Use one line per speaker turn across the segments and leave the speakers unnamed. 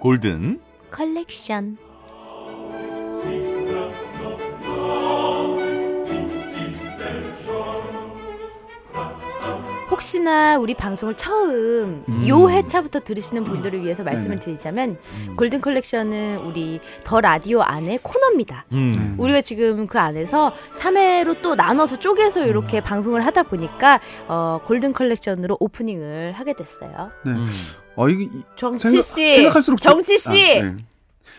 골든
컬렉션 혹시나 우리 방송을 처음
음.
요 회차부터 들으시는 분들을 위해서 말씀을
네네.
드리자면 골든 컬렉션은 우리 더 라디오 안에 코너입니다.
음.
우리가 지금 그 안에서 3회로 또 나눠서 쪼개서 이렇게
음.
방송을 하다 보니까 어, 골든 컬렉션으로 오프닝을 하게 됐어요.
음.
아 이게 이-
정치
생각-
씨,
생각할수록 저-
예, 정치 씨
아, 네.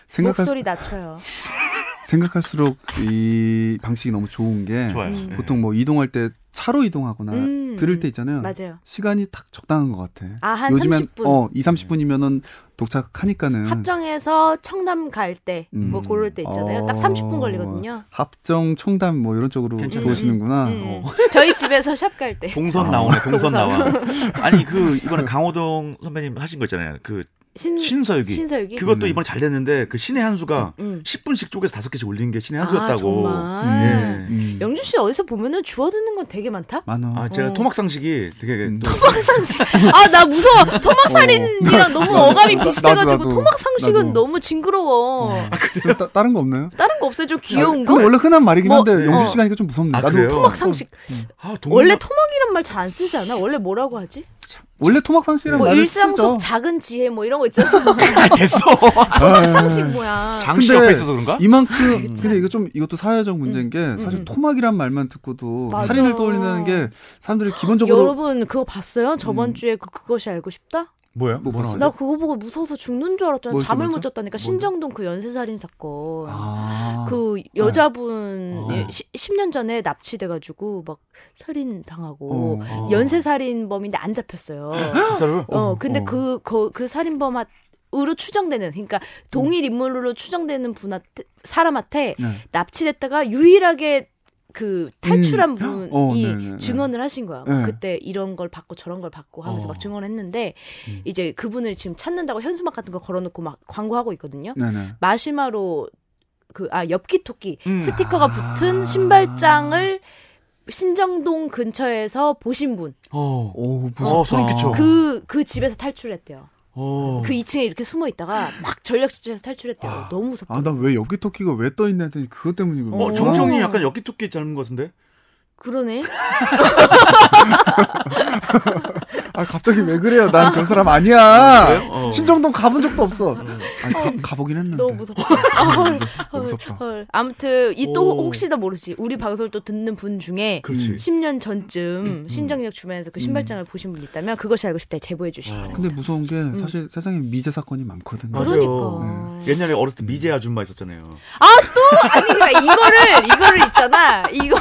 생각할
목소리 낮춰요.
생각할수록 이 방식이 너무 좋은 게
좋아요.
음.
예.
보통 뭐 이동할 때 차로 이동하거나
음,
아, 들을
음.
때 있잖아요.
맞아요.
시간이 딱 적당한 것 같아.
아, 한 30분.
어, 2, 30분이면은 도착하니까는
합정에서 청남 갈 때,
음.
뭐 그럴 때 있잖아요. 딱
어,
30분 걸리거든요.
합정, 청담 뭐 이런 쪽으로
괜찮아요.
도시는구나.
음.
어.
저희 집에서 샵 갈 때.
동선
아.
나오네.
동선.
동선 나와. 아니 그 이번에 강호동 선배님 하신 거 있잖아요. 그
음, 신,
신서유기.
신서유기?
그것도
음.
이번에 잘 됐는데 그 신의 한 수가
음.
10분씩 쪼개서 다섯 개씩 올린 게 신의 한
아,
수였다고.
정말. 예.
음.
영준 씨 어디서 보면은 주워듣는 건 되게 많다.
많아.
아 제가
어.
토막 상식이 되게
음.
또
토막상식. 아, 나 무서워. 토막살인이랑 너무 어감이
어. 나도,
비슷해가지고
나도.
토막상식은
나도.
너무 징그러워.
아,
좀 따, 다른 거 없나요?
다른 거 없어요? 좀 어. 귀여운
아,
거?
그건 원래 어, 흔한 말이긴
뭐,
한데
네.
영주
어.
씨가 하니까 좀 무섭네.
아,
나도
그래요?
토막상식.
아, 동물-
원래 토막이란 말 잘 안 쓰지 않아? 원래 뭐라고 하지?
원래 토막상식이라는
뭐
말을
일상
쓰죠.
속 작은 지혜 뭐 이런 거 있잖아.
아, 됐어.
토막상식 뭐야. 아,
장씨
근데
옆에 있어서 그런가?
네. 이만큼 근데 이거 좀 이것도 사회적 문제인 게 사실
음.
토막이란 말만 듣고도
맞아.
살인을 떠올리는 게 사람들이 기본적으로 음.
여러분 그거 봤어요? 저번 주에 그 그것이 알고 싶다?
뭐야?
뭐 뭐라고
나 그거 보고 무서워서 죽는 줄 알았잖아.
뭐였죠,
잠을 못
뭐였죠?
잤다니까
뭔데?
신정동 그 연쇄살인 사건.
아.
그 여자분
어.
시, 10년 전에 납치돼가지고 막 살인 당하고
어.
연쇄살인범인데 안 잡혔어요.
진짜로?
어,
어,
근데
어.
그, 그, 그 살인범으로 추정되는, 그러니까 동일 인물로 추정되는 분한테, 사람한테
네.
납치됐다가 유일하게 그 탈출한
음.
분이
어, 네, 네, 네.
증언을 하신 거야.
네.
그때 이런 걸 받고 저런 걸 받고 하면서
어.
막 증언했는데
음.
이제 그분을 지금 찾는다고 현수막 같은 거 걸어놓고 막 광고하고 있거든요.
네네.
마시마로 그 아 엽기 토끼
음.
스티커가
아.
붙은 신발장을 신정동 근처에서 보신 분 그 그
어.
오,
어, 소름 끼쳐.
집에서 탈출했대요.
어.
그 2층에 이렇게 숨어 있다가 막 전력실에서 탈출했대요.
아.
너무 무섭다.
아, 나 왜 엽기 토끼가 왜 떠 있나 했더니 그것 때문이구나.
어,
어.
정청이 약간 엽기토끼 닮은 것 같은데?
그러네.
아, 갑자기 왜 그래요? 난 그런 사람 아니야.
그래요? 어.
신정동 가본 적도 없어. 아니, 가, 가보긴 했는데.
너무 무섭다. 아, 헐, 헐,
무섭다.
헐. 아무튼 이 또
오.
혹시나 모르지. 우리 방송을 또 듣는 분 중에
그렇지.
10년
음,
전쯤 신정역 주변에서 그 신발장을 보신 분 있다면 그것이 알고 싶다 제보해 주시기
와.
바랍니다.
아, 근데 뭐, 무서운
음.
게 사실 세상에 미제 사건이 많거든요. 예.
맞아요.
그러니까.
네. 옛날에 어렸을 때 미제 아줌마 있었잖아요.
아니 그러니까 이거를 이거를 있잖아. 이거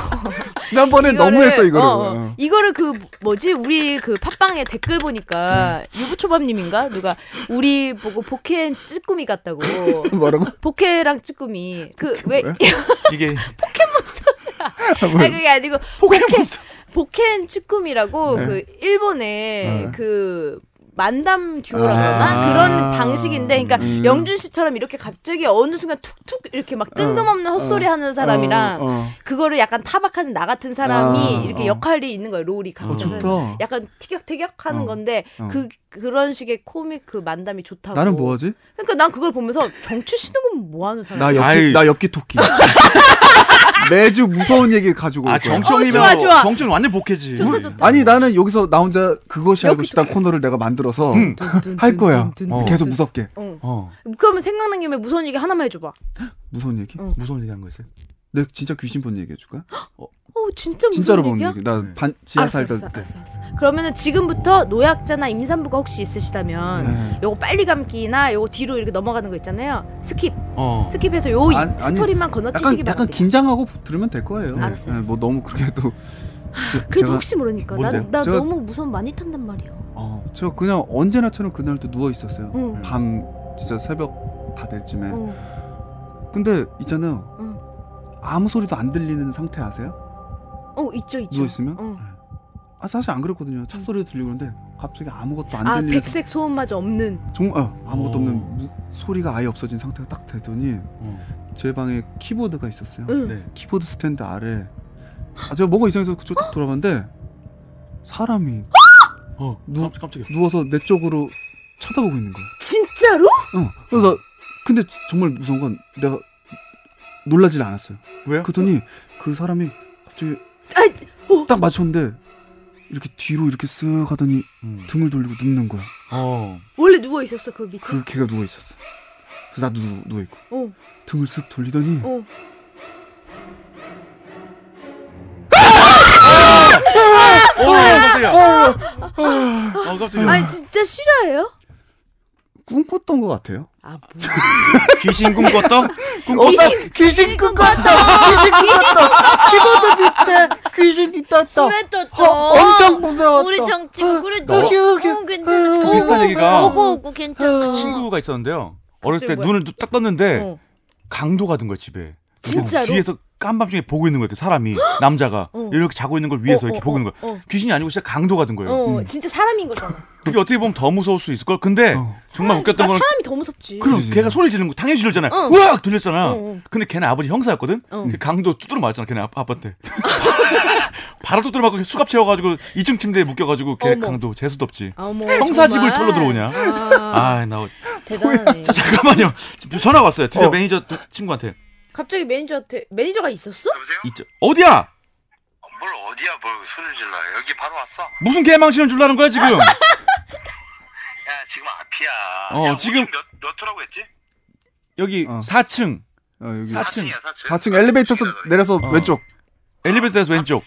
지난번에
이거를-
너무했어 이거를.
어, 어. 이거를 그 뭐지 우리 그 팟빵에 댓글 보니까
음.
유부초밥님인가 누가 우리 보고 복해 찌꾸미 같다고.
어. 뭐라고?
복해랑 찌꾸미 그 왜
뭐야?
이게
아니 그게 아니고 복해 복해 찌꾸미라고
네.
그 일본의
네.
그 만담 듀오라고 하나
아.
그런 방식인데 그러니까
음.
영준 씨처럼 이렇게 갑자기 어느 순간 툭툭 이렇게 막 뜬금없는 헛소리 하는 사람이랑
어, 어.
그거를 약간 타박하는 나 같은 사람이
아,
이렇게
어.
역할이 있는 거예요. 롤이
어,
각자.
좋다.
그렇죠. 약간 티격태격 하는
어,
건데
어.
그 그런 식의 코믹 그 만담이 좋다고.
나는 뭐하지?
그러니까 난 그걸 보면서 정치 씨는 건 뭐 하는 사람?
나 엽기
아이.
나 엽기 토끼. 매주 무서운 얘기 가지고 올
아,
거야.
정청이면
어, 좋아, 좋아.
정청이 완전 복해지.
좋다, 좋다.
아니 나는 여기서 나 혼자 그것이 알고
엽기
싶다 코너를 내가 만들어서
둔,
할
둔,
거야.
둔, 둔,
어,
둔,
계속
둔.
무섭게.
응.
어
그러면 생각난 김에 무서운 얘기 하나만 해줘봐.
무서운 얘기?
응.
무서운 얘기 한거 있어요?
내가 진짜 귀신 본 얘기 해줄까?
어 진짜 무서운
진짜로 본
얘기야? 아,
얘기. 나
네.
반, 지하
알았어,
살던
알았어, 알았어, 알았어. 그러면은 지금부터 노약자나 임산부가 혹시 있으시다면
네.
요거 빨리 감기나 요거 뒤로 이렇게 넘어가는 거 있잖아요. 스킵,
어.
스킵해서 요 이-
아, 아니,
스토리만 건너뛰시기
약간 약간
바랍니다.
긴장하고 들으면 될 거예요.
네. 알았어, 알았어.
뭐 너무 그렇게 또 제-
그래도
제가
혹시 모르니까 나,
뭔데요?
나
제가-
너무 무서움 많이 탄단 말이야.
어, 저 그냥 언제나처럼 그날도 누워 있었어요.
응.
밤 진짜 새벽 다 될 쯤에.
어.
근데 있잖아요.
응.
아무 소리도 안 들리는 상태 아세요?
어 있죠 있죠.
누워 있으면?
어.
아 사실 안 그랬거든요. 차 소리도 들리고 그런데 갑자기 아무것도 안
아
들리는
백색 소음마저 없는.
상- 정말 어, 아무것도
오.
없는 무- 소리가 아예 없어진 상태가 딱 되더니
어.
제 방에 키보드가 있었어요.
응.
네.
키보드 스탠드 아래 아 제가 뭔가 이상해서 그쪽 딱 돌아봤는데 사람이
어.
누-
깜짝이야.
누워서 내 쪽으로 쳐다보고 있는 거야.
진짜로?
어. 그래서 나 근데 정말 무서운 건 내가 놀라질 않았어요.
왜요?
그랬더니 그 사람이 갑자기
아이, 어.
딱 맞췄는데 이렇게 뒤로 이렇게 쓱 하더니
음.
등을 돌리고 눕는 거야.
어.
원래 누워 있었어 그 밑에.
그 걔가 누워 있었어. 그래서 나도 누, 누워 있고
어,
등을 쓱 돌리더니
어.
오, 어, 깜짝이야.
아,
어, 깜짝이야.
어, 아니 진짜 실화예요?
꿈꿨던 것 같아요.
아 뭐.
귀신 꿈꿨어?
어, 나 귀신 꿈꿨다. 귀신 꿈꿨다. 키보드 밑에 귀신이 떴다.
그래 또 또.
어, 엄청 무서웠다.
어, 우리 정치 그래 또.
여기 여기.
어, 괜찮아.
어,
비슷한
오고,
얘기가.
오고 오고 괜찮아.
어.
친구가 있었는데요. 어렸을 때
갑자기 뭐야?
눈을 딱 떴는데
어.
강도가 든 거야 집에.
진짜로?
뒤에서 깜밤중에 보고 있는 거야 이렇게 사람이 남자가
어.
이렇게 자고 있는 걸 위에서
어,
이렇게
어,
보고 있는
어,
거야. 귀신이 아니고 진짜 강도가 든
어,
거예요.
어,
음.
진짜 사람인 거잖아.
그게 어떻게 보면 더 무서울 수 있을 걸. 근데
어.
정말 웃겼던
나
거는
사람이 더 무섭지.
그럼.
그럼 걔가 소리 지르는 거 당연히 지르잖아요.
어.
우악 들렸잖아.
어, 어.
근데 걔는 아버지 형사였거든.
어.
그 강도 두드려 맞았잖아. 걔네 아빠, 아빠한테. 바로 두드려 맞고 수갑 채워가지고 2층 침대에 묶여가지고 걔
어머.
강도 재수도 없지.
어머,
형사
아, 뭐, 정말.
집을 털러 들어오냐?
아,
아, 나
대단하네.
자, 잠깐만요. 지금 전화 왔어요. 드디어
어.
매니저 두- 친구한테.
갑자기 매니저한테 매니저가 있었어?
여보세요?
있죠. 어디야?
뭘 어디야 뭘 손을 질러 여기 바로 왔어
무슨 개망신을 줄라는 거야 지금?
야 지금 앞이야
어,
야,
지금-
지금 몇, 몇 호라고 했지?
여기
어.
4층
어, 여기
4층.
4층이야 4층 네.
4층 엘리베이터에서 네. 내려서
어.
왼쪽.
엘리베이터에서 왼쪽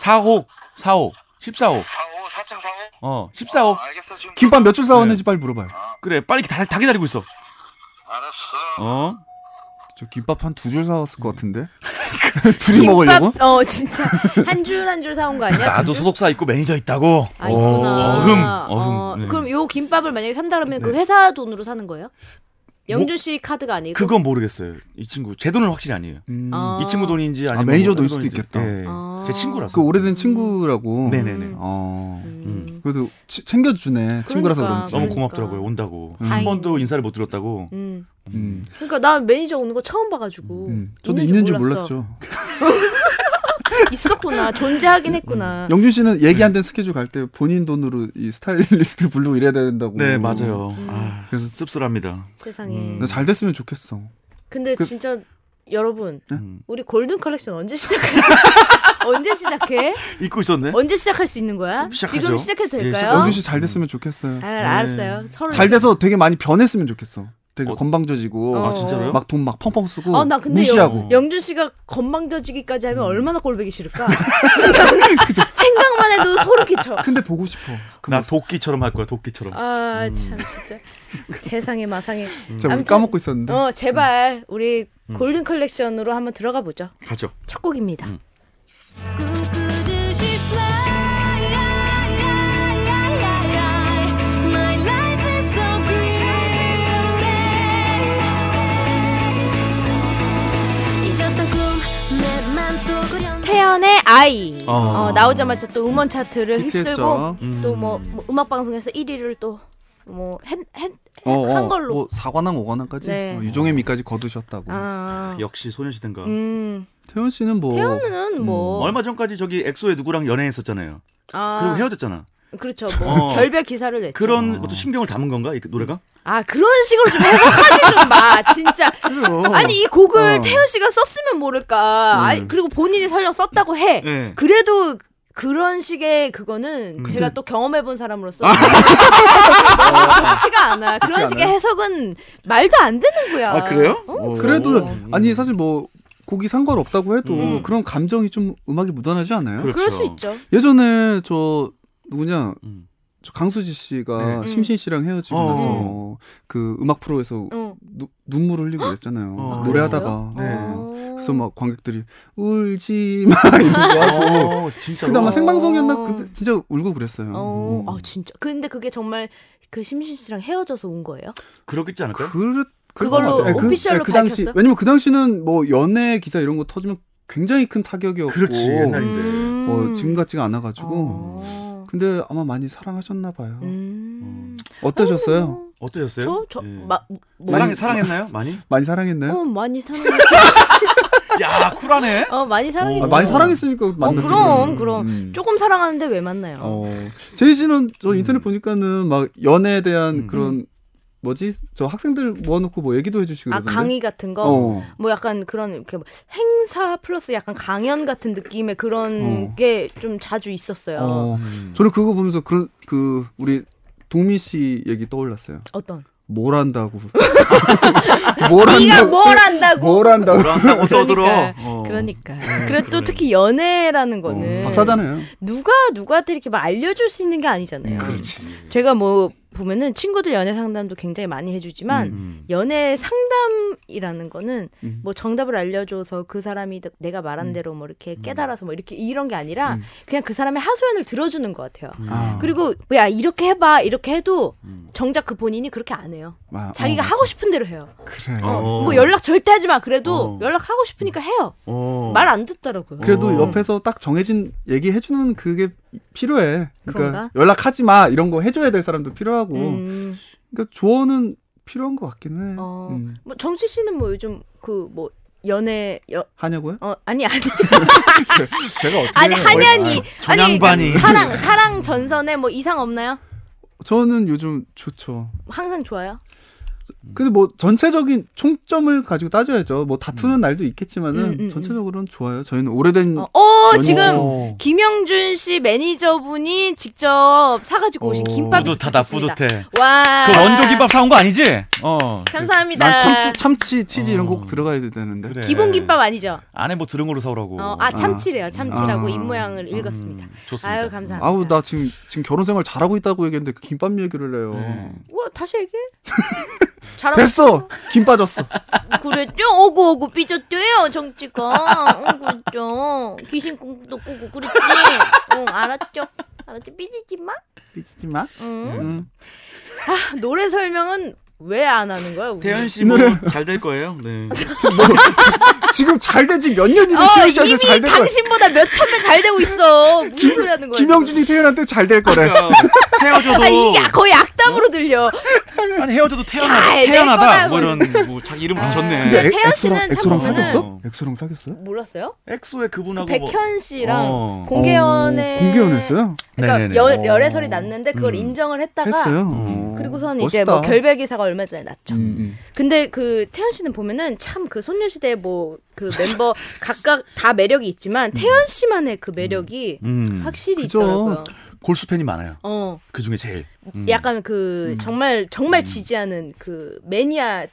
4호 4호 14호
4호 4층 4호?
어 14호
알겠어 지금
김밥 몇 줄 사왔는지 빨리 물어봐요.
그래 빨리 다, 다 기다리고 있어
알았어
어
저 김밥 한 두 줄 사왔을 것 같은데. 둘이 먹으려고?
김밥, 어 진짜 한 줄 한 줄 사온 거 아니야?
나도 소속사 있고 매니저 있다고
아 있구나.
어, 어흠, 어흠. 네.
그럼 요 김밥을 만약에 산다 그러면 그 회사 돈으로 사는 거예요? 영준 씨 카드가 아니고?
뭐, 그건 모르겠어요 이 친구 제 돈은 확실히 아니에요
음.
아.
이 친구 돈인지 아니면
매니저
뭐
돈일 수도
돈인지.
있겠다.
예, 예.
아.
제 친구라서
그 오래된 친구라고.
네. 네네네.
어.
음.
그래도 치- 챙겨주네. 친구라서
그러니까.
그런지.
너무 고맙더라고요 온다고
음.
한
다행이네.
번도 인사를 못 드렸다고
음.
음.
그러니까 나 매니저 오는 거 처음 봐가지고.
음. 저도 그 있는 줄 몰랐죠.
있었구나.
음,
존재하긴 했구나.
영준 씨는
네.
얘기 안 된 스케줄 갈 때 본인 돈으로 이 스타일리스트 부르고 이래야 된다고.
네 맞아요
음.
아
그래서-
씁쓸합니다
세상에.
음.
근데 잘 됐으면 좋겠어.
근데
그-
진짜 여러분
음.
우리 골든 컬렉션 언제 시작해? 언제 시작해?
잊고 있었네
언제 시작할 수 있는 거야?
시작하죠.
지금 시작해도
예,
될까요?
시작하죠.
영준 씨 잘 됐으면 좋겠어요. 네.
아, 알았어요. 서로
잘 돼서 되게 많이 변했으면 좋겠어. 되게
어.
건방져지고
아, 진짜로요? 어.
막 돈 막 펑펑 쓰고
아, 나 근데
무시하고.
영준 씨가 건방져지기까지 하면 얼마나 꼴보기 싫을까?
그죠? 음.
생각만 해도 소름 끼쳐.
근데 보고 싶어. 그
나
모습.
도끼처럼 할 거야 도끼처럼
아 참 진짜 세상에 마상에.
제가
아무튼-
음. 까먹고 있었는데.
어 제발 우리 골든 컬렉션으로 한번 들어가 보죠.
가죠
첫 곡입니다.
음.
꿈꾸듯이 fly, la, la, la, la, la. My life is so brilliant. 잊었던 꿈내맘또 그려.
태연의 아이
아.
어, 나오자마자 또 음원 차트를 휩쓸고
히트했죠.
또 뭐 음악 방송에서 1위를 또뭐했한
어, 어,
걸로.
뭐 4관왕 5관왕까지
네.
어, 유종의 미까지 거두셨다고.
아,
역시 소녀시대인가
음
태연 씨는 뭐
태연은 뭐
얼마 전까지 저기 엑소의 누구랑 연애했었잖아요
아,
그리고 헤어졌잖아
그렇죠 뭐
어.
결별 기사를 냈죠.
아.
그런 어떤 신경을 담은 건가 이 노래가?
아 그런 식으로 좀 해석하지 좀마 진짜
그래요.
아니 이 곡을
어. 음.
태연 씨가 썼으면 모를까 아니, 그리고 본인이 설령 썼다고 해
네.
그래도 그런 식의 그거는
음.
제가 또 경험해본 사람으로서 어, 좋지가 않아 그런
아. 좋지
식의
않아요?
해석은 말도 안 되는 거야
아 그래요?
어?
그래도
음.
아니 사실 뭐 곡이 상관없다고 해도
음.
그런 감정이 좀 음악에 묻어나지 않아요?
그래.
그럴 수
그렇죠.
있죠
예전에 저 누구냐
음.
저 강수지 씨가
네.
심신 씨랑 헤어지고
어.
나서 그 음악 프로에서
응.
누- 눈물 흘리고 그랬잖아요.
어.
막
아,
노래하다가
그랬어요? 네.
어.
어.
그래서 막 관객들이 울지 마 이러고 하고
음. 어, 진짜로.
근데 아마 생방송이었나
어.
근데 진짜 울고 그랬어요.
어,
음.
아 진짜. 근데 그게 정말 그 심신 씨랑 헤어져서 온 거예요?
그렇겠지 않을까요?
그랬 그랬던 것
그걸로
같아요.
오피셜로
그 당시
밝혔어요?
왜냐면 그 당시는 뭐 연애 기사 이런 거 터지면 굉장히 큰 타격이었고
그렇지, 옛날에. 아닌데.
음.
네. 어, 지금 같지가 않아가지고
어.
근데 아마 많이 사랑하셨나 봐요.
음.
어떠셨어요?
어떠셨어요?
저저
예.
마- 뭐-
사랑
많이-
사랑했나요? 많이?
많이 사랑했나요?
어, 많이 사랑
야 쿨하네.
어 많이 사랑해.
아, 많이 사랑했으니까 만났지.
그럼, 그럼.
음.
조금 사랑하는데 왜 만나요?
어. 제이 씨는 저
음.
인터넷 보니까는 막 연애에 대한
음.
그런 뭐지? 저 학생들 모아놓고 뭐 얘기도 해주시고
아
그러던데.
강의 같은 거.
어.
뭐 약간 그런 이렇게 뭐 행사 플러스 약간 강연 같은 느낌의 그런
어.
게 좀 자주 있었어요.
어.
음.
저는 그거 보면서 그런 그 우리 동미 씨 얘기 떠올랐어요.
어떤?
뭘 한다고. 뭘
네가
한다고.
뭘 안다고?
뭘 한다고.
뭐라고 그러니까 떠들어.
그러니까,
어.
그러니까. 그리고 또
그러네.
특히 연애라는 거는
어, 박사잖아요. 음.
누가 누구한테 이렇게 막 알려줄 수 있는 게 아니잖아요.
그렇지.
제가 뭐 보면은 친구들 연애 상담도 굉장히 많이 해주지만
음.
연애 상담이라는 거는
음.
뭐 정답을 알려줘서 그 사람이 내가 말한 대로 뭐 이렇게 깨달아서 뭐 이렇게 이런 게 아니라 그냥 그 사람의 하소연을 들어주는 것 같아요.
아.
그리고 야 이렇게 해봐 이렇게 해도
음.
정작 그 본인이 그렇게 안 해요.
아, 어,
자기가 하고 싶은 대로 해요.
그래.
어.
뭐 연락 절대 하지 마. 그래도
어.
연락 하고 싶으니까 해요.
어.
말 안 듣더라고요.
그래도
어.
옆에서 딱 정해진 얘기 해주는 그게 필요해. 그러니까
그런가?
연락하지 마 이런 거 해줘야 될 사람도 필요하고.
음,
그러니까 조언은 필요한 것 같긴 해.
어.
음.
뭐 정치 씨는 뭐 요즘 그 뭐 연애 여,
하냐고요?
어 아니 아니
제가 어떻게?
아니 한연이 아니
전양반이.
그 사랑 사랑 전선에 뭐 이상 없나요?
저는 요즘 좋죠.
항상 좋아요.
근데 뭐 전체적인 총점을 가지고 따져야죠. 뭐 다투는 날도 있겠지만은
음, 음,
전체적으로는 좋아요. 저희는 오래된
어, 어
연인-
지금
어.
김영준 씨 매니저분이 직접 사가지고 오신
어.
김밥이
뿌듯하다
도착했습니다. 아.
뿌듯해.
와.
그 원조 김밥 사온 거 아니지? 어.
감사합니다.
난 참치 참치 치즈 이런
어.
거꼭 들어가야 되는데.
그래.
기본 김밥 아니죠?
안에 뭐 들은 거로 네. 사오라고.
어, 아 참치래요. 참치라고
아.
입 모양을
음,
읽었습니다.
좋습니다.
아유 감사합니다.
아우 나 지금 지금 결혼 생활 잘하고 있다고 얘기했는데 그 김밥 얘기를 해요.
네.
우와, 다시 얘기해. 잘하고
됐어. 김 빠졌어.
그랬죠? 오고 오고 삐졌대요 정치가. 응, 그랬죠. 귀신 꿈도 꾸고 그랬지. 응 알았죠. 알았지 삐지지 마.
삐지지 마.
응.
음.
아, 노래 설명은 왜 안 하는 거야? 우리?
태연 씨뭐잘될 거예요. 네.
뭐, 지금 잘 된 지 몇 년이
어,
태연씨한테
이미 뭐
잘 될 거야.
당신보다 몇천 배 잘 되고 있어. 무슨 소리 하는 거야?
김영준이 태연한테 잘 될 거래.
그러니까
지금.
헤어져도
아, 이게 거의 악담으로 들려.
아니 헤어져도 태어나,
잘될 거다,
태어나다 뭐
우리.
이런 뭐 자기 이름
아.
붙였네.
근데 태연 씨는 참
엑소랑
보면은-
사귀었어? 엑소랑 사귀었어요?
몰랐어요?
엑소의 그분하고 뭐...
백현 씨랑
어.
공개 연애
어, 공개 연애했어요?
그러니까
네네네.
열,
어.
열애설이 났는데 그걸
음.
인정을 했다가
했어요.
음.
그리고선
멋있다.
이제 뭐 결별 기사가 얼마 전에 났죠.
음, 음.
근데 그 태연 씨는 보면은 참 그 소녀시대 뭐 그 멤버 각각 다 매력이
음.
있지만 태연 씨만의 그 매력이
음.
확실히
그죠.
있더라고요.
골수 팬이 많아요.
어,
그 중에 제일. 음.
약간 그 정말 정말 지지하는 그 매니아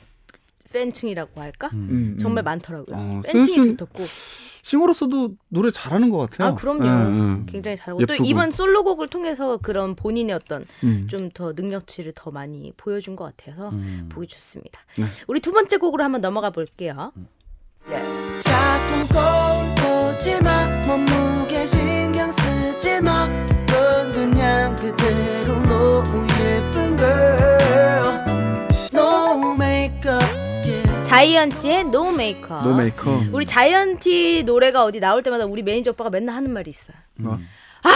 팬층이라고 할까?
음.
음, 음.
정말 많더라고요.
어, 태연
팬층이
씨는
두텁고.
싱어로서도 노래 잘하는 것 같아요.
아, 그럼요.
음.
예, 예.
굉장히 잘하고 또
예쁘고.
이번 솔로곡을 통해서 그런 본인의 어떤
음.
좀 더 능력치를 더 많이 보여준 것 같아서 보기 좋습니다.
네.
우리 두 번째 곡으로 한번 넘어가 볼게요.
작품 꼭 보지 마 몸무게 신경 쓰지 마 넌 그냥 그대로 너무 예쁜 girl No makeup yeah.
자이언티의 No Makeup.
노 메이커.
우리 자이언티 노래가 어디 나올 때마다 우리 매니저 오빠가 맨날 하는 말이 있어.
뭐?
아,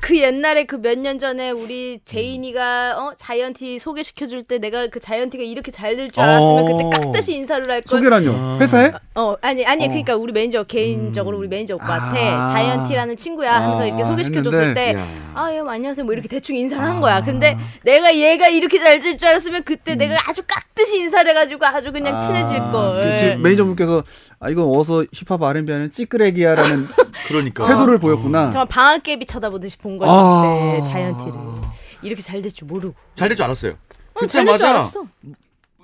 그 옛날에 그 몇 년 전에 우리 제인이가 어 자이언티 소개시켜 줄 때 내가 그 자이언티가 이렇게 잘 될 줄 알았으면
어.
그때 깍듯이 인사를 할 걸.
소개라뇨.
아.
회사에?
어 아니 아니
어. 음.
그러니까 우리 매니저 개인적으로 우리 매니저 오빠한테
아.
자이언티라는 친구야 하면서
아,
이렇게 소개시켜 줬을
했는데,
때 아예 안녕하세요 뭐 이렇게 대충 인사를
아.
한 거야 근데 내가 얘가 이렇게 잘 될 줄 알았으면 그때
음.
내가 아주 깍듯이 인사를 해가지고 아주 그냥 친해질 걸
그 매니저분께서 아 이건 어서 힙합 R&B 하는 찌끄레기야라는
그러니까
태도를 보였구나.
정말 방학개비 쳐다보듯이 본 거지
아.
그때 자이언티를 이렇게 잘 될 줄 모르고
아, 잘 될 줄 알았어요.
어,
그때
잘될줄
맞아.
알았어.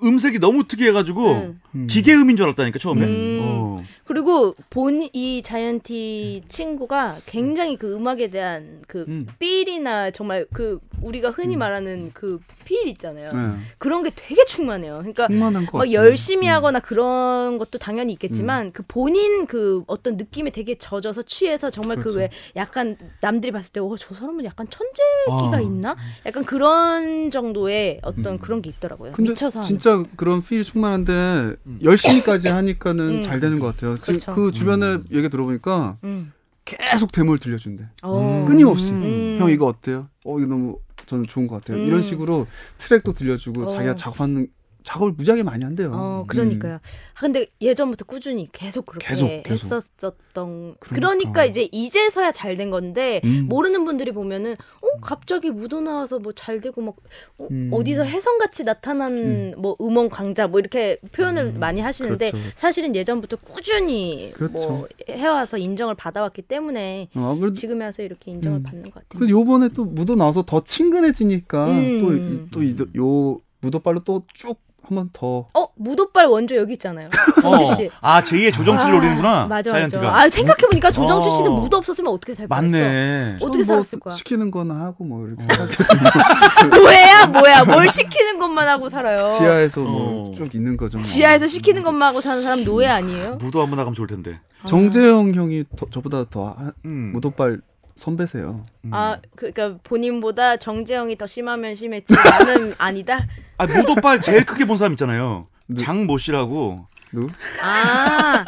음색이 너무 특이해가지고
응.
기계음인 줄 알았다니까 처음에.
음.
어.
그리고 본 이 자이언티 친구가 굉장히 그 음악에 대한 그
음.
필이나 정말 그 우리가 흔히 말하는 그 필 있잖아요.
네.
그런 게 되게 충만해요. 그러니까
충만한 것
막
같아요.
열심히 하거나 그런 것도 당연히 있겠지만 그 본인 그 어떤 느낌에 되게 젖어서 취해서 정말 그
그렇죠.
왜 약간 남들이 봤을 때 어 저 사람은 약간 천재기가
아.
있나? 약간 그런 정도의 어떤 그런 게 있더라고요.
근데
미쳐서 하는.
진짜 그런 필이 충만한데 열심히까지 하니까는
음.
잘 되는 것 같아요. 지금
그렇죠.
그 주변에 얘기 들어보니까
음.
계속 데모를 들려준대.
어.
끊임없이
음.
형 이거 어때요? 어 이거 너무 저는 좋은 것 같아요.
음.
이런 식으로 트랙도 들려주고
어.
자기가 작업하는 작업을 무지하게 많이 한대요. 음.
어, 그러니까요. 아, 근데 예전부터 꾸준히 계속 그렇게
계속, 계속.
했었었던. 그러니까.
그러니까
이제 이제서야 잘 된 건데
음.
모르는 분들이 보면은 어 갑자기 묻어 나와서 뭐 잘 되고 막 어,
음.
어디서 혜성 같이 나타난 뭐 음원 강자 뭐 이렇게 표현을 많이 하시는데
그렇죠.
사실은 예전부터 꾸준히
음. 그렇죠.
뭐 해와서 인정을 받아왔기 때문에
어, 그래도
지금에 와서 이렇게 인정을
음.
받는 것 같아요.
그 요번에 또 무도 나와서 더 친근해지니까
음.
또또요 무도빨로 또 쭉 한번 더
어 무도빨 원조 여기 있잖아요. 정지 어. 씨.
아 제2의 조정치를 노리는구나.
맞아 맞아.
자이언티가.
아 생각해 보니까 조정치 씨는
어.
무도 없었으면 어떻게 살 뻔했어.
맞네.
좀
어떻게
뭐
살았을 거야? 아,
시키는 거나 하고 뭐 이렇게
어.
생각했지만
뭐야 뭐야 뭘 시키는 것만 하고 살아요.
지하에서
어.
뭐 쭉 있는 거죠. 뭐.
지하... 에서 시키는 것만 하고 사는 사람 노예 아니에요?
무도 한번 나가면 좋을 텐데.
아.
정재영 형이 더- 저보다 더 하-
음.
무도빨 선배세요.
음.
아 그러니까 본인보다 정재영이 더 심하면 심했지 나는 아니다.
아, 무도빨 제일 크게 본 사람 있잖아요.
누-
장모 씨라고
누?
아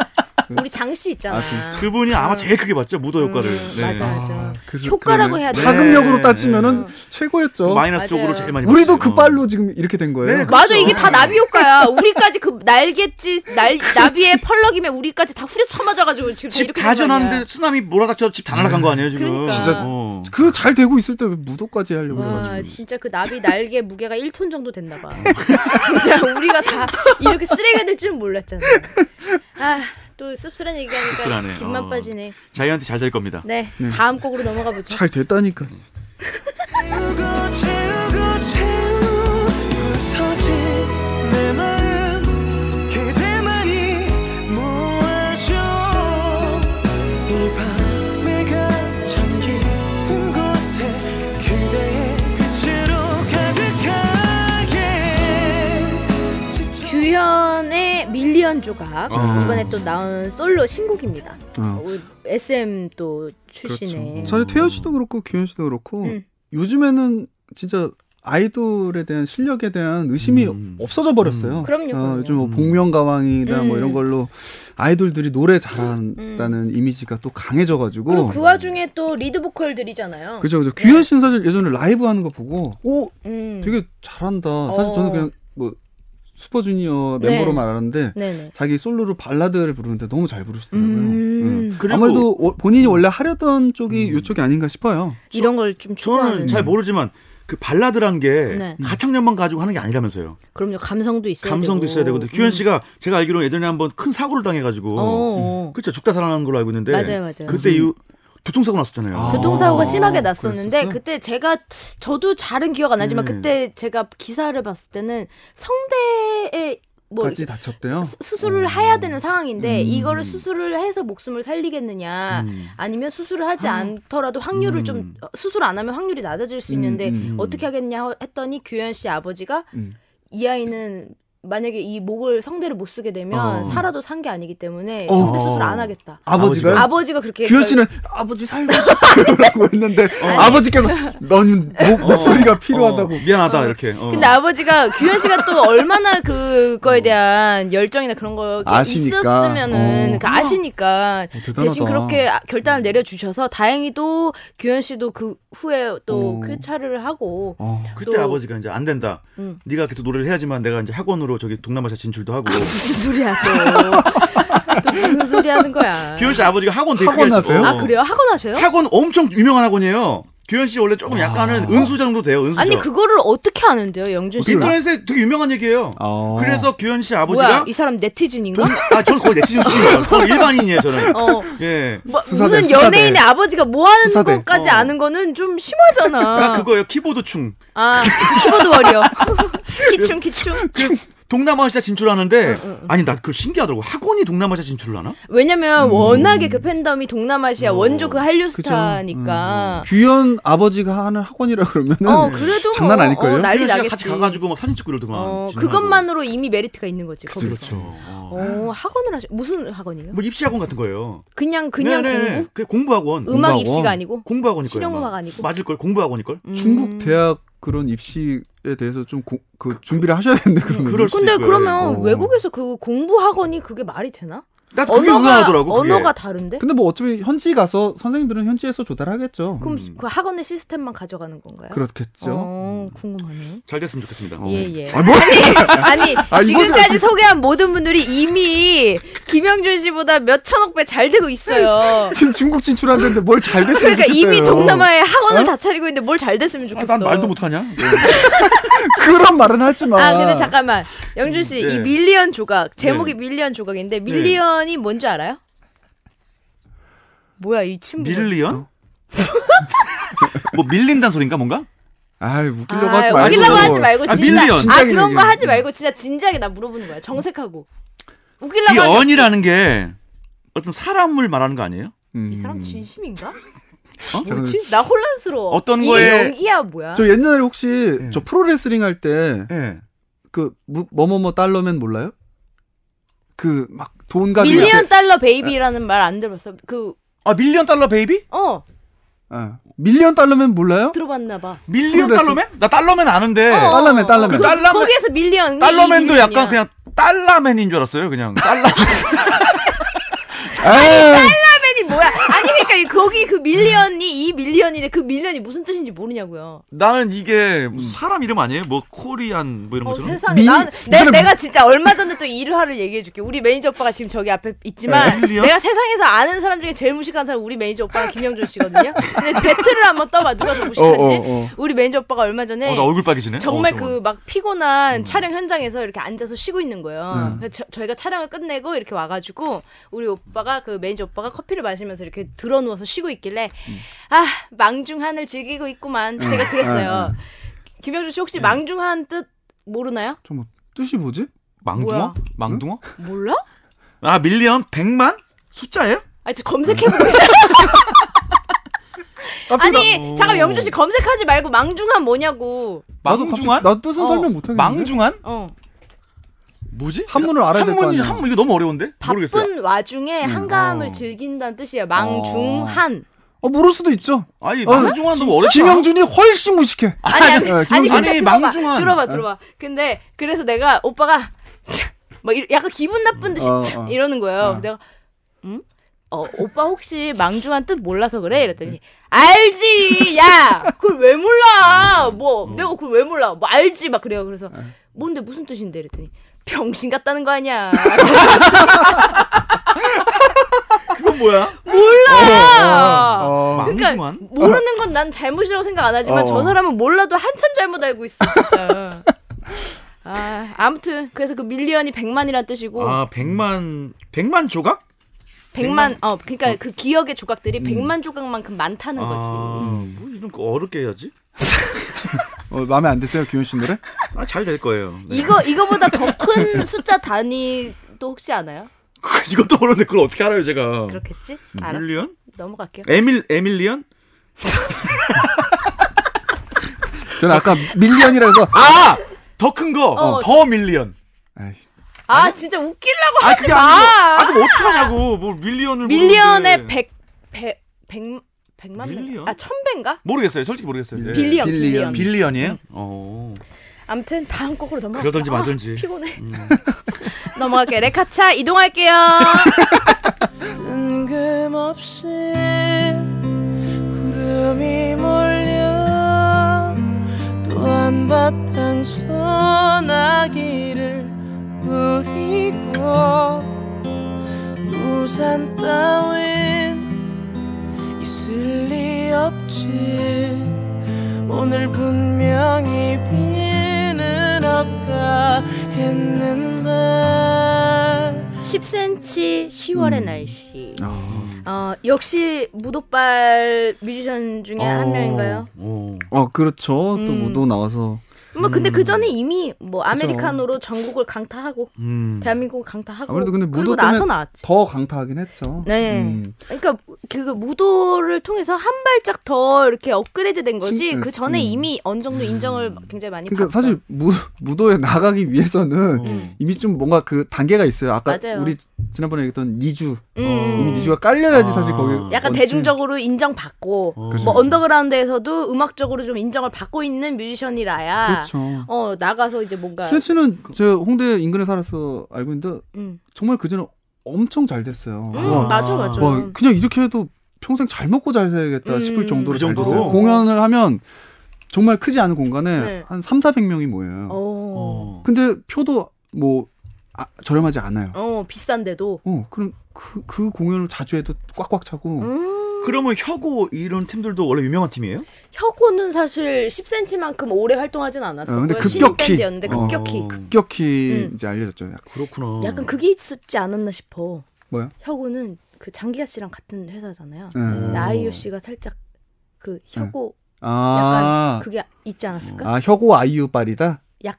우리 장 씨 있잖아.
아,
그분이 네. 아마 제일 크게 봤죠 무도 효과를
음,
네.
맞아.
그,
효과라고
그러네.
해야 돼.
파급력으로
네.
따지면은
네.
그
최고였죠.
마이너스
맞아요.
쪽으로 제일 많이
우리도
봤어요.
그 빨로 지금 이렇게 된 거예요.
네, 그-
맞아 이게 다 나비 효과야. 우리까지 그 날갯짓 날 나비의 펄럭임에 우리까지 다 후려쳐 맞아가지고 지금 다 이렇게
집다
된거 아니야.
전하는데 쓰나미 몰아닥쳐 집 다 날아간 거 아니에요 지금
그러니까. 진짜-
어.
그 잘 되고 있을 때 왜 무도까지 하려고
와
그래가지고.
진짜 그 나비 날개 무게가 1톤 정도 됐나 봐. 진짜 우리가 다 이렇게 쓰레기가 될 줄은 몰랐잖아. 아 또 씁쓸한 얘기하니까
씁쓸하네.
김만
어.
빠지네.
자이언티 잘 될 겁니다
네 다음 곡으로 넘어가 보죠.
잘 됐다니까.
채우고 채우고 채우고 서진 내 마음 그대만이 모아줘 이 밤 내가 참 깊은 곳에 그대의 빛으로 가득하게 지쳐
규현의 밀리언 조각
아.
이번에 또 나온 솔로 신곡입니다.
어.
우리 SM 또 출신의
그렇죠.
사실 태연 씨도 그렇고 규현 씨도 그렇고
음.
요즘에는 진짜 아이돌에 대한 실력에 대한 의심이
음.
없어져 버렸어요.
음.
그럼요,
어,
그럼요.
요즘 뭐 복면가왕이나 뭐
음.
이런 걸로 아이돌들이 노래 잘한다는 이미지가 또 강해져가지고
그리고 그 와중에 또 리드 보컬들이잖아요.
그죠 그죠 규현 씨는 사실 예전에 라이브 하는 거 보고 오
음.
되게 잘한다. 사실 저는
어.
그냥 뭐 슈퍼주니어 멤버로만 알았는데
네네.
자기 솔로로 발라드를 부르는데 너무 잘 부르시더라고요. 음.
음.
그리고
아무래도 워- 본인이 원래 하려던 쪽이
음.
이쪽이 아닌가 싶어요.
이런 걸 좀
저는
음.
추구하는.
잘 모르지만 그 발라드란 게
네.
가창력만 가지고 하는 게 아니라면서요
그럼요 감성도 있어야
감성도
되고.
있어야 되고 근데 규현
음.
씨가 제가 알기로 는 예전에 한번 큰 사고를
어,
당해가지고
어.
그쵸 죽다 살아난 걸로 알고 있는데
맞아요, 맞아요.
그때 이후 교통사고 났었잖아요
아.
교통사고가
아,
심하게 났었는데
그랬었어요?
그때 제가 저도 잘은 기억 안 나지만
네.
그때 제가 기사를 봤을 때는 성대에 뭐
같이 다쳤대요.
수- 수술을 해야 되는 상황인데
어. 음.
이거를 수술을 해서 목숨을 살리겠느냐
음.
아니면 수술을 하지 않더라도 확률을 좀
음.
어, 수술 안 하면 확률이 낮아질 수
음,
있는데
음,
어떻게 하겠냐 허- 했더니 규현 씨 아버지가
음.
이 아이는 만약에 이 목을 성대를 못 쓰게 되면
어.
살아도 산 게 아니기 때문에
어.
성대 수술 안 하겠다.
아버지가요?
아버지가요?
아버지가 그렇게
어. 규현 씨는 아버지 살고 싶다고 했는데
아니.
아버지께서 넌 목, 목소리가 필요하다고
어, 미안하다
어.
이렇게 어.
근데 아버지가 규현 씨가 또 얼마나 그거에 대한 열정이나 그런 거
어. 아시니까.
있었으면은
어.
그 아시니까
대단하다.
대신 그렇게 아- 결단을 내려주셔서 다행히도 규현 씨도 그 후에
어.
또 쾌차를 하고
어.
그때
또-
아버지가 이제 안 된다.
음.
네가 계속 노래를 해야지만 내가 이제 학원으로 저기 동남아시아 진출도 하고.
무슨 소리야 또. 또 무슨 소리 하는 거야.
규현 씨 아버지가 학원 되게
학원
크게
하세요?
하시고.
아 그래요? 학원 하셔요?
학원 엄청 유명한 학원이에요. 규현 씨 원래 조금
아.
약간은 은수 정도 돼요. 은수.
아니 그거를 어떻게 아는데요, 영준 씨?
인터넷에 되게 유명한 얘기예요.
어.
그래서 규현 씨
뭐야
아버지가
이 사람 네티즌인가?
돈, 아 저는 거의 네티즌 수준이에요. 거의 일반인이에요 저는.
어.
예.
뭐,
수사대,
무슨
수사대.
연예인의 아버지가 뭐 하는
수사대.
것까지
어.
아는 거는 좀 심하잖아.
나 그거예요 키보드 충.
아, 키보드 워리어. 키충, 키충.
그 동남아시아 진출하는데 아니 나 그걸 신기하더라고. 학원이 동남아시아 진출을 하나?
왜냐면 워낙에 그 팬덤이 동남아시아
어.
원조 그 한류
음,
스타니까.
규현 아버지가 하는 학원이라 그러면은
어, 그래도.
장난
뭐,
아닐걸요?
어, 난리
규현 씨가
나겠지.
같이 가가지고 막 사진 찍고 이러더만.
어,
진행하고.
그것만으로 이미 메리트가 있는 거지.
그치,
거기서.
그치.
어.
어, 학원을 하셔. 무슨 학원이에요?
뭐 입시 학원 같은 거예요.
그냥, 그냥 공부?
그 공부학원.
음악
공부하고.
입시가 아니고?
공부학원일 거예요.
실용음악
아마.
아니고?
맞을 걸 공부학원일 걸.
음.
중국 대학 그런 입시에 대해서 좀
음,
그 준비를 하셔야겠네 그러면.
그럴 수도
근데
있고요.
그러면
어.
외국에서 그 공부 학원이 그게 말이 되나?
나 그게
언어가
의아하더라고. 그게.
언어가 다른데?
근데 뭐 어차피 현지 가서 선생님들은 현지에서 조달하겠죠.
그럼
음.
그 학원의 시스템만 가져가는 건가요?
그렇겠죠.
어, 궁금하네.
잘 됐으면 좋겠습니다.
예, 예.
아, 뭐?
아니,
아, 이거
지금까지 소개한 모든 분들이 이미 김영준 씨보다 몇 천억 배 잘 되고 있어요.
지금 중국 진출하는데 뭘 잘 됐으면
그러니까
좋겠어요.
이미 동남아에 학원을
어?
다 차리고 있는데 뭘 잘 됐으면
아,
좋겠어.
난 말도 못하냐? 뭐
그런 말은 하지 마.
아, 근데 잠깐만. 영준 씨,
네.
이 밀리언 조각, 제목이 밀리언 조각인데, 밀리언이 뭔지 알아요? 뭐야, 이 친구.
밀리언? 뭐 밀린다는 소린가 뭔가?
아이, 웃기려고
아,
하지 말고.
웃기려고 하지 말고
아,
진짜.
밀리언.
아,
진작에
그런 거
얘기해.
하지 말고 진짜 진지하게 나 물어보는 거야. 정색하고. 웃기려고 하지 말고.
리언이라는 게 어떤 사람을 말하는 거 아니에요?
음.
이 사람 진심인가?
저는-
뭐지? 나 혼란스러워.
어떤
이게
거에-
연기야 뭐야?
저 옛날에 혹시
예.
저 프로레슬링 할 때 그
예.
뭐뭐뭐 달러면 몰라요? 그 막 돈 가지고
밀리언 달러 베이비라는 말 안 들었어. 그
아 밀리언 달러 베이비?
어,
아, 밀리언 달러면 몰라요?
들어봤나 봐.
밀리언
프로레슬-
달러맨? 나 달러맨 아는데
어,
달러맨,
어,
달러맨.
그,
달러맨-
거기에서 밀리언.
달러맨도 약간 그냥 달러맨인 줄 알았어요. 그냥 달러.
아, 에이,
달러맨이 뭐야? 아니 그러니까 거기 그 밀리언이 이 밀리언인데 그 밀리언이 무슨 뜻인지 모르냐고요.
나는 이게 무슨 사람 이름 아니에요? 뭐 코리안 뭐 이런
어,
것처럼.
세상에
미-
난,
이 뭐-
내,
사람-
내가 진짜 얼마 전에 또 일화를 얘기해줄게 우리 매니저 오빠가 지금 저기 앞에 있지만
네.
에, 일이요?
내가 세상에서 아는 사람 중에 제일 무식한 사람 우리 매니저 오빠가 김영준 씨거든요 근데 배틀을 한번 떠봐 누가 더 무식한지
어, 어, 어.
우리 매니저 오빠가 얼마 전에
어, 음. 나 얼굴 빨개지네.
정말
어,
그 막 피곤한 촬영 현장에서 이렇게 앉아서 쉬고 있는
음.
거예요. 그래서 저, 희가 촬영을 끝내고 이렇게 와가지고 우리 오빠가 그 매니저 오빠가 커피를 마시면서 이렇게 들어 누워서 쉬고 있길래
음.
아 망중한을 즐기고 있구만 제가 그랬어요.
음,
김영준 씨 혹시 망중한 뜻 모르나요?
좀 뜻이 뭐지?
망둥어?
뭐야?
망둥어?
몰라?
아 밀리언 100만? 숫자예요?
아, 저
음.
검색해보고 있어요.
음.
아니, 잠깐, 영준 씨 검색하지 말고 망중한 뭐냐고.
나도 갑자기-
망중한?
나 뜻은
어.
설명 못 하겠는데.
망중한?
어.
뭐지?
한문을 알아야 될거
한문이
아니야.
한문 이거 너무 어려운데?
바쁜
모르겠어요.
와중에 한가함을
어.
즐긴다는 뜻이에요. 망중한.
어, 모를 수도 있죠.
아니
어,
망중한 너무 어렵다.
김영준이 훨씬 무식해.
아니 아니
아,
아니,
김영준.
근데
아니,
들어봐,
망중한.
들어봐 들어봐 근데 그래서 내가 오빠가 차, 막 이러- 약간 기분 나쁜 듯이
어,
차,
어.
이러는 거예요 내가 음? 어 오빠 혹시 망중한 뜻 몰라서 그래 이랬더니 알지 야 그걸 왜 몰라 뭐 내가 그걸 왜 몰라 뭐 알지 막 그래요 그래서 뭔데 무슨 뜻인데 이랬더니 병신 같다는 거 아니야
그건 뭐야?
몰라
어.
그러니까
망중한?
모르는 건 난 잘못이라고 생각 안 하지만
어.
저 사람은 몰라도 한참 잘못 알고 있어 진짜. 아, 아무튼 그래서 그 밀리언이 100만이란 뜻이고
아 100만 100만 조각?
100만 어 그러니까 그 기억의 조각들이 100만 조각만큼 많다는
음. 아,
거지.
뭐 이런 거 어렵게 해야지.
어, 마음에 안 드세요, 기훈 씨 노래?
아, 잘 될 거예요. 네.
이거 이거보다 더 큰 숫자 단위도 혹시 아나요?
이것도 모르는데 그걸 어떻게 알아요, 제가?
그렇겠지? 알았어.
밀리언? 네.
넘어갈게요.
에밀 에밀리언?
저는 아까 밀리언이라 해서
아! 더 큰 거.
어.
더 밀리언.
아이,
아 진짜 웃기려고
아,
하지
그게 아니고. 아,
마.
그럼 어떡하냐고. 뭐 밀리언을
밀리언에
모르는데.
100 100 100 100만
밀리언?
아 1000배인가?
모르겠어요. 솔직히 모르겠어요. 네.
빌리언
빌리언.
빌리언.
빌리언이에요?
음.
어.
아무튼 다음 곡으로 넘어가.
그러든지 말든지.
피곤해.
음.
넘어갈게. 레카차 이동할게요.
뜬금없이 구름이 몰려 또 한 바탕 소나기를 부리고 우산 따윈 있을 리 없지 오늘 분명히 비는 없다 했는데
10cm 10월의
음.
날씨.
아.
어, 역시 무도발 뮤지션 중에 예, 한 명인가요?
어.
어, 그렇죠. 또
음.
무도 나와서.
뭐
음.
근데 그 전에 이미 뭐 아메리카노로 전국을 강타하고
음.
대한민국을 강타하고
아무래도 근데 무도
그리고 나서
때문에
나왔지.
더 강타하긴 했죠.
네.
음.
그러니까 그 무도를 통해서 한 발짝 더 이렇게 업그레이드된 거지.
진-
그 전에
음.
이미 어느 정도 인정을 굉장히 많이
그러니까
받았던.
사실 무, 무도에 나가기 위해서는
음.
이미 좀 뭔가 그 단계가 있어요. 아까
맞아요.
우리 지난번에 얘기했던 니주.
음.
어, 이미 니주가 깔려야지 사실
아.
거기.
약간
얹힐-
대중적으로 인정받고
그렇죠.
뭐 언더그라운드에서도 음악적으로 좀 인정을 받고 있는 뮤지션이라야
그렇죠.
어 나가서 이제 뭔가
스웨치는 저 홍대 인근에 살아서 알고 있는데
음.
정말 그전에 엄청 잘 됐어요.
음,
와,
맞아 맞아.
와, 뭐 그냥 이렇게 해도 평생 잘 먹고 잘 살겠다
음.
싶을 정도로
그
잘
정도로?
됐어요. 공연을 하면 정말 크지 않은 공간에
네.
한 3, 400명이 모여요.
어.
그,
근데 표도 뭐 아, 저렴하지 않아요. 어,
어 비싼데도.
그럼 그, 그 공연을 자주 해도 꽉꽉 차고
음.
그러면 혁오 이런 팀들도 원래 유명한 팀이에요?
혁오는 사실 10cm만큼 오래 활동하진
어,
않았어요.
근데
신인
급격히.
밴드였는데 급격히.
어,
급격히
음.
이제 알려졌죠. 약간.
그렇구나.
약간 그게 있었지 않았나 싶어.
뭐요?
혁오는 그 장기하 씨랑 같은 회사잖아요.
네.
나-
나이유 씨가 살짝 그 혁오
아,
그게 있지 않았을까?
아 혁오 아이유 빨이다.
약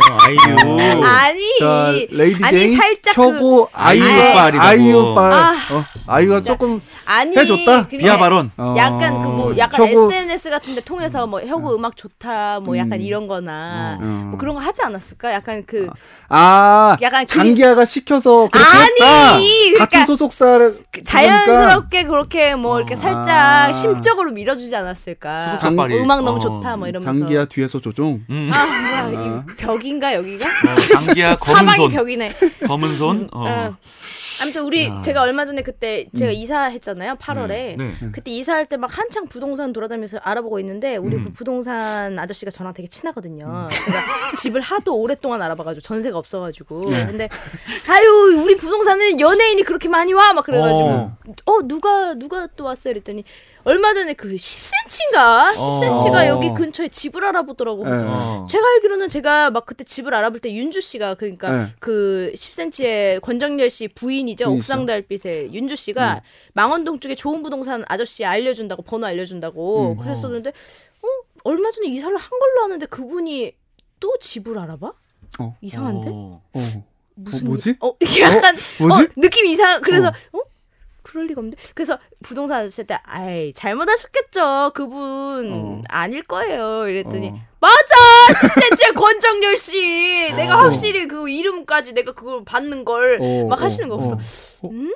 어, 아이유.
아니
자 레이디
아니,
제이
살짝 그-
혁오 뭐 아이유
아이-
빨이다. 아이유 빨.
아.
어, 아이유가 조금
아니
해줬다?
그게
비하 발언.
어,
약간 그 뭐 약간
혁오-
SNS 같은데 통해서 뭐 혁오 음악 좋다 뭐 약간 이런거나
어.
뭐 그런 거 하지 않았을까? 약간 그
아
약간 그-
장기하가 시켜서 그렇게 했다.
아니, 그러니까
같은 소속사를
그 자연스럽게 그렇게 뭐 이렇게 살짝
아.
심적으로 밀어주지 않았을까?
소속사 빨이.
뭐 음악 너무
어.
좋다 뭐 이러면서
장기하 뒤에서 조종.
음.
아
어.
뭐야 이 벽인가 여기가?
어, 장기야 검은
사방이
손.
벽이네.
검은 손. 어.
어. 아무튼 우리
야.
제가 얼마 전에 그때 제가 이사했잖아요. 8월에.
네.
그때 이사할 때 막 한창 부동산 돌아다니면서 알아보고 있는데 우리
음.
그 부동산 아저씨가 저랑 되게 친하거든요. 제가 집을 하도 오랫동안 알아봐가지고 전세가 없어가지고
네.
근데 아유 우리 부동산은 연예인이 그렇게 많이 와 막 그래가지고
어.
어. 누가 누가 또 왔어 이랬더니 얼마 전에 그 10cm인가 10cm가
어.
여기 근처에 집을 알아보더라고. 그래서
네.
어.
제가 알기로는 제가 막 그때 집을 알아볼 때 윤주 씨가 그러니까
네.
그 10cm의 권정열 씨 부인이죠
부인이죠.
옥상 달빛의 윤주 씨가 망원동 쪽에 좋은 부동산 아저씨 알려준다고 번호 알려준다고
음.
그랬었는데 어 얼마 전에 이사를 한 걸로 아는데 그분이 또 집을 알아봐?
어.
이상한데
어.
어.
무슨
어, 뭐지?
어 약간
뭐지?
어, 느낌 이상 그래서 어? 그럴 리가 없는데 그래서 부동산 아저씨한테 아이 잘못하셨겠죠 그분
어.
아닐 거예요 이랬더니
어.
맞아 10대째 권정열 씨 내가
어.
확실히 그 이름까지 내가 그걸 받는 걸
어, 어,
막 하시는 거
어.
없어 음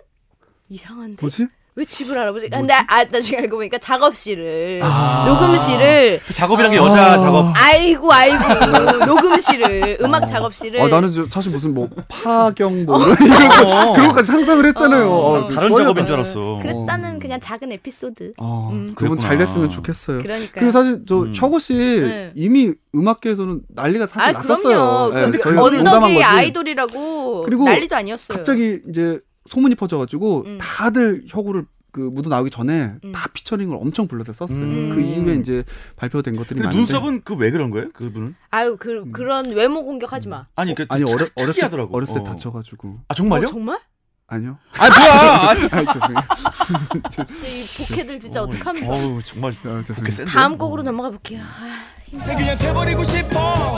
이상한데
뭐지?
왜 집을 알아보지 근데 아, 나중에 알고 보니까 작업실을
아.
녹음실을
그 작업이란 게 여자
아.
작업.
아이고 아이고 녹음실을 음악 작업실을
아 나는 저- 사실 무슨 뭐 파경 뭐 이런 이런 거
어.
그런 것까지 상상을 했잖아요.
어.
아,
다른
꺼려-
작업인 줄 알았어.
그랬다는 그냥 작은 에피소드
어,
음.
그분
그랬구나.
잘 됐으면 좋겠어요.
그러니까
그리고 사실 저
음.
혁오 씨
네.
이미 음악계에서는 난리가 사실
아,
났었어요.
그럼요.
네,
그
저희가 농담한
언덕이
거지.
아이돌이라고
그리고
난리도 아니었어요.
갑자기 이제 소문이 퍼져가지고
음.
다들 혁오를 그 무도 나오기 전에
음.
다 피처링을 엄청 불러서 썼어요.
음.
그 이후에 이제 발표된 것들이
근데
많은데
눈썹은 그 왜 그런 거예요? 그분은?
아유 그
음.
그런 외모 공격하지 마.
아니 그
아니 어려 어렸을
특이하더라고.
어렸을 때
어.
다쳐가지고
아 정말요?
어, 정말?
아니요.
아 뭐야?
아 죄송해요.
진짜 이 보케들 진짜
어,
어떡합니까?
어우 정말
아, 죄송해요.
그렇게 센데.
다음 곡으로 넘어가 볼게요. 아,
그냥 돼버리고 싶어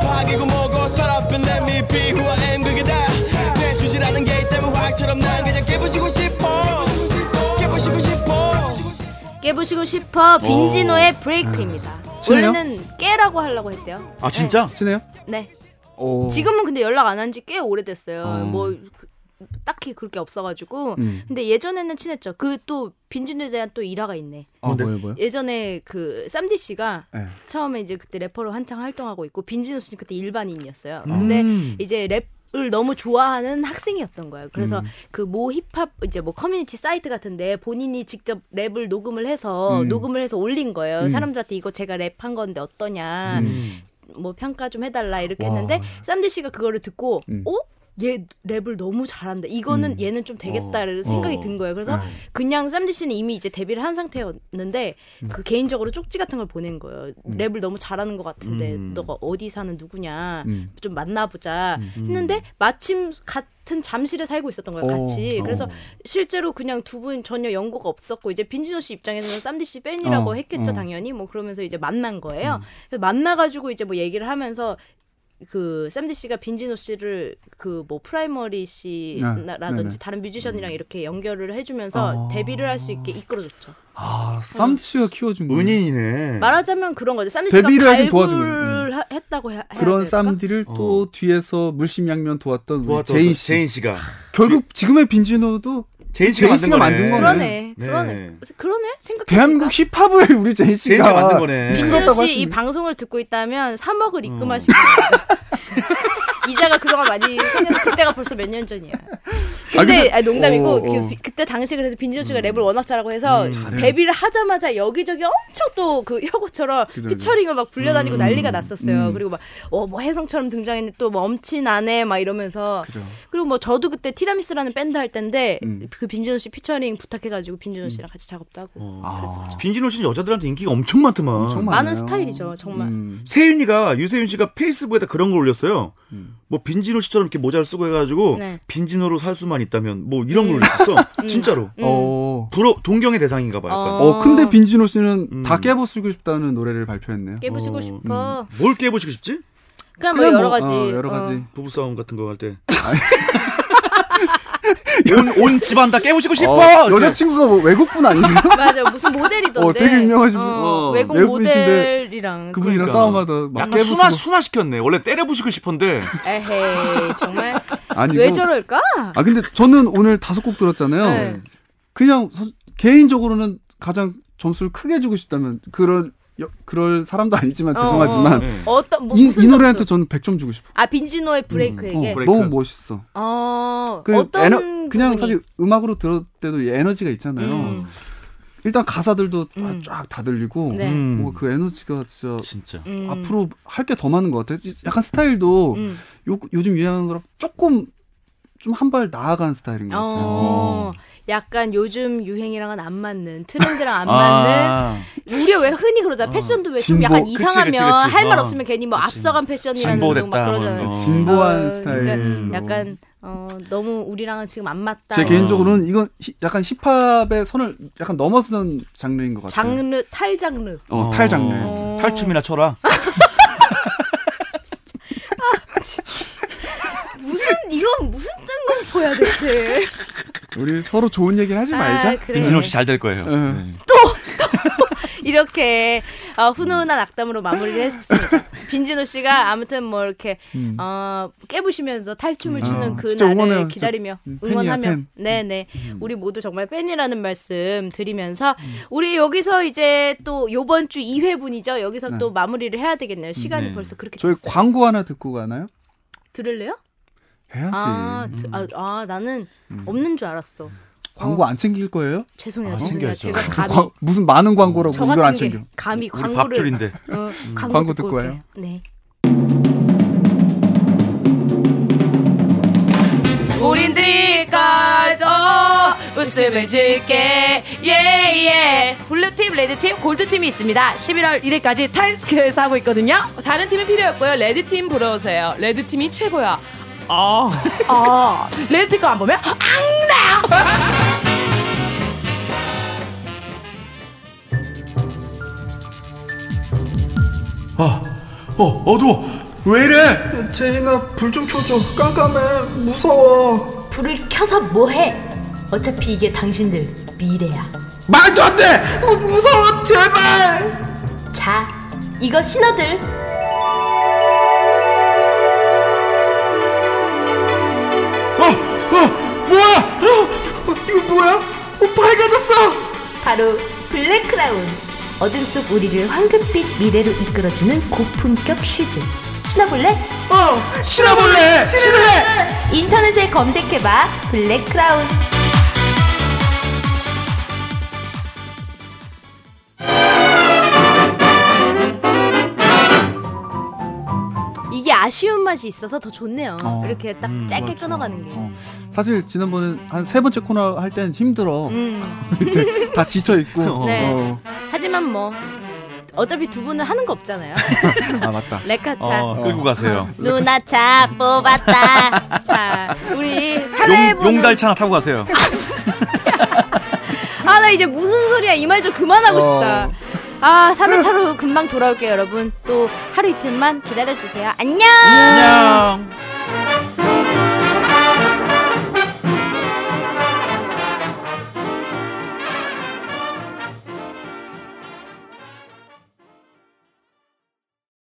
파기고 뭐고 서랍은 let me be who I am 그게 다내 주지라는 게 있다면 화학처럼 난 그냥 깨부시고 싶어 깨부시고 싶어
깨부시고 싶어 빈지노의 브레이크입니다.
친해요?
원래는 깨라고 하려고 했대요.
아 진짜?
친해요?
네.
어.
지금은 근데 연락 안 한 지 꽤 오래됐어요.
어.
뭐 그- 딱히 그렇게 없어가지고.
음.
근데 예전에는 친했죠. 그 또 빈지노에 대한 또 일화가 있네.
아 뭐요 뭐요?
예전에 그 쌈디 씨가
예.
처음에 이제 그때 래퍼로 한창 활동하고 있고 빈지노 씨는 그때
음.
일반인이었어요. 근데 이제 랩을 너무 좋아하는 학생이었던 거예요. 그래서
음.
그 모 힙합 이제 뭐 커뮤니티 사이트 같은데 본인이 직접 랩을 녹음을 해서
음.
녹음을 해서 올린 거예요.
음.
사람들한테 이거 제가 랩한 건데 어떠냐.
음.
뭐 평가 좀 해달라 이렇게
와.
했는데 쌈디 씨가 그거를 듣고
음.
어? 얘 랩을 너무 잘한다. 이거는
음. 네.
얘는 좀 되겠다. 는
어.
생각이
어.
든 거예요. 그래서 그냥 쌈디 씨는 이미 이제 데뷔를 한 상태였는데 그 개인적으로 쪽지 같은 걸 보낸 거예요. 랩을 너무 잘하는 것 같은데
음.
너가 어디 사는 누구냐
음.
좀 만나보자 했는데 마침 같은 잠실에 살고 있었던 거예요.
어.
같이. 그래서
어.
실제로 그냥 두 분 전혀 연고가 없었고 이제 빈지노 씨 입장에서는 쌈디 씨 팬이라고
어,
했겠죠
어. 음.
당연히 뭐 그러면서 이제 만난 거예요. 그래서 만나가지고 이제 뭐 얘기를 하면서 그 쌈디 씨가 빈지노 씨를 그 뭐 프라이머리
네, 네, 네.
씨라든지 다른 뮤지션이랑 이렇게 연결을
아.
해주면서 데뷔를 할 수 있게 이끌어줬죠.
아 쌈디 씨가 키워준 거.
은인이네.
말하자면 그런 거죠. 쌈디 씨가
데뷔를 하여튼 도와준 음.
발굴을 하- 했다고 해, 해야
그런
될까?
쌈디를
어.
또 뒤에서 물심양면 도왔던 우리
도와줬던
제인 씨.
제인 씨가
결국 지금의 빈지노도
제인 씨가
제인 씨가 만든
거네.
거네.
그러네,
네.
그러네, 그러네. 생각
대한민국 힙합을 우리 제인
제인 씨가 만든
씨가
거네.
빈지노
부끄럽다고
씨 이
하시네. 음.
방송을 듣고 있다면 3억을 입금하시고 이자가 그동안 많이 생겨서 그때 그때가 벌써 몇 년 전이야. 근데,
아, 근데-
아, 농담이고
어, 어. 음.
그, 때 당시 그래서 빈지노 씨가 랩을 워낙 잘하고 해서 데뷔를 하자마자 여기저기 엄청 또 그 혁오처럼
그죠, 그죠.
피처링을 막 불려다니고
음.
난리가 났었어요.
음.
그리고 막어 뭐 혜성처럼 등장했는데 또 뭐 엄친아네 막 이러면서
그죠.
그리고 뭐 저도 그때 티라미수라는 밴드 할 때인데
음.
그 빈지노 씨 피처링 부탁해가지고 빈지노 씨랑 같이 작업도 하고
어.
그랬었죠.
어. 빈지노 씨는 여자들한테 인기가 엄청 많더만.
엄청 많아요.
많은 스타일이죠 정말.
음.
세윤이가 유세윤 씨가 페이스북에다 그런 걸 올렸어요.
음.
뭐 빈지노 씨처럼 이렇게 모자를 쓰고 해가지고
네.
빈지노로 살 수만 있다면 뭐 이런 걸 올렸어. 진짜로.
음.
어.
부러 동경의 대상인가 봐. 약간.
어.
어, 근데 빈지노 씨는
음.
다 깨부수고 싶다는 노래를 발표했네요.
깨부수고
어,
싶어.
뭘 깨보시고 싶지?
그냥 뭐 여러 가지.
음. 어, 여러
어.
가지.
부부 싸움 같은 거 할 때. 온, 온 집안 다 깨우시고 싶어.
어,
이렇게.
여자친구가 뭐 외국분 아니에요?
맞아 무슨 모델이던데.
어, 되게 유명하신 분.
어,
어,
외국
외국분이신데
모델이랑 그-
그분이랑
그러니까.
싸움하다 막
약간 순화
깨부수고. 어,
순화 시켰네. 원래 때려 부시고 싶은데
에헤이 정말
아니고.
왜 저럴까?
아 근데 저는 오늘 다섯 곡 들었잖아요.
네.
그냥 서- 개인적으로는 가장 점수를 크게 주고 싶다면 그럴 여- 그럴 사람도 아니지만
어,
죄송하지만
네.
어떤 뭐,
이,
무슨
이 노래한테
점수?
저는 100점 주고 싶어.
아 빈지노의 브레이크에게
어,
브레이크.
너무 멋있어.
어,
그
어떤
에너- 그냥
부분이?
사실 네, 어. 음악으로 들을 때도 이 에너지가 있잖아요.
음.
일단 가사들도 다
음.
쫙 다 들리고
네.
음.
뭔가 그 에너지가 진짜
진짜.
음.
앞으로 할 게 더 많은 것 같아요. 약간 스타일도
음.
요, 요즘 유행하는 거랑 조금 좀 한 발 나아간 스타일인 것 같아요.
어,
음.
약간 요즘 유행이랑은 안 맞는 트렌드랑 안 맞는 우리가 왜 흔히 그러다 패션도 왜
아.
좀
어. 진보.
약간
그치,
이상하면
그치, 그치.
할 말
어.
없으면 괜히 뭐
그치.
앞서간 패션이라는
진보됐다,
등막
뭐.
그러잖아요.
어.
진보한
어,
스타일.
그러니까
약간 어, 너무 우리랑은 지금 안 맞다.
제
어.
개인적으로는 이건 히- 약간 힙합의 선을 약간 넘어서는 장르인 것 같아요.
장르 탈 장르.
어, 탈 장르.
어.
탈춤이나 쳐라.
무슨 이건 무슨 뜬금포야 대체.
우리 서로 좋은 얘기를 하지 말자.
아, 그래.
빈지노 씨 잘 될 거예요. 네.
예.
이렇게 어, 훈훈한 악담으로 마무리를 했습니다. 빈진호 씨가 아무튼 뭐 이렇게 어, 깨부시면서 탈춤을
음.
추는
아,
그
진짜
날을
응원해요.
기다리며
진짜. 음,
응원하며
팬이야, 음. 팬.
네네 우리 모두 정말 팬이라는 말씀 드리면서
음.
우리 여기서 이제 또 요번 주 2회분이죠. 여기서
네.
또 마무리를 해야 되겠네요. 시간이
네.
벌써 그렇게
저희
됐어요.
광고 하나 듣고 가나요?
들을래요?
해야지.
아, 드-
음.
아, 아, 나는 없는 줄 알았어.
광고 안 챙길 거예요? 그
죄송해요.
아,
죄송해요.
챙겨야죠.
제가 감히
광- 무슨 많은 광고라고
저
이걸 안
같은 게
챙겨.
감히
우리
광고를
밥줄인데. 음.
어, 광고,
광고 듣고
올게요.
와요.
네.
우린 드리까져 웃음을 줄게 예예 블루팀 레드팀 골드팀이 있습니다 11월 1일까지 타임스퀘어에서 하고 있거든요 다른 팀이 필요 없고요 레드팀 보러 오세요 레드팀이 최고야 아, 아 레드팀 거안 보면 앙나
어 어두워. 왜 이래?
제인아 불 좀 켜줘 깜깜해 무서워
불을 켜서 뭐해? 어차피 이게 당신들 미래야.
말도 안돼 무서워 제발
자, 이거 신호들.
어, 어 뭐야 어, 어, 이거 뭐야 어, 밝아졌어
바로 블랙크라운. 어둠 속 우리를 황금빛 미래로 이끌어주는 고품격 슈즈. 신어볼래?
어 실어볼래 실을래
인터넷에 검색해봐. 블랙크라운.
이게 아쉬운 맛이 있어서 더 좋네요.
어,
이렇게 딱
음,
짧게
맞아.
끊어가는 게.
어. 사실 지난번에 한 세 번째 코너 할 때는 힘들어.
음.
이제 다 지쳐 있고.
네.
어.
하지만 뭐 어차피 두 분은 하는 거 없잖아요.
아 맞다.
레카차.
어, 끌고 가세요.
누나 차 뽑았다. 자, 우리
용,
사례보는
용달차 하나 타고 가세요.
아, 나 이제 무슨 소리야. 이 말 좀 그만하고
어.
싶다. 아, 3회차로 금방 아. 돌아올게요, 여러분. 또 하루 이틀만 기다려주세요. 안녕!
안녕.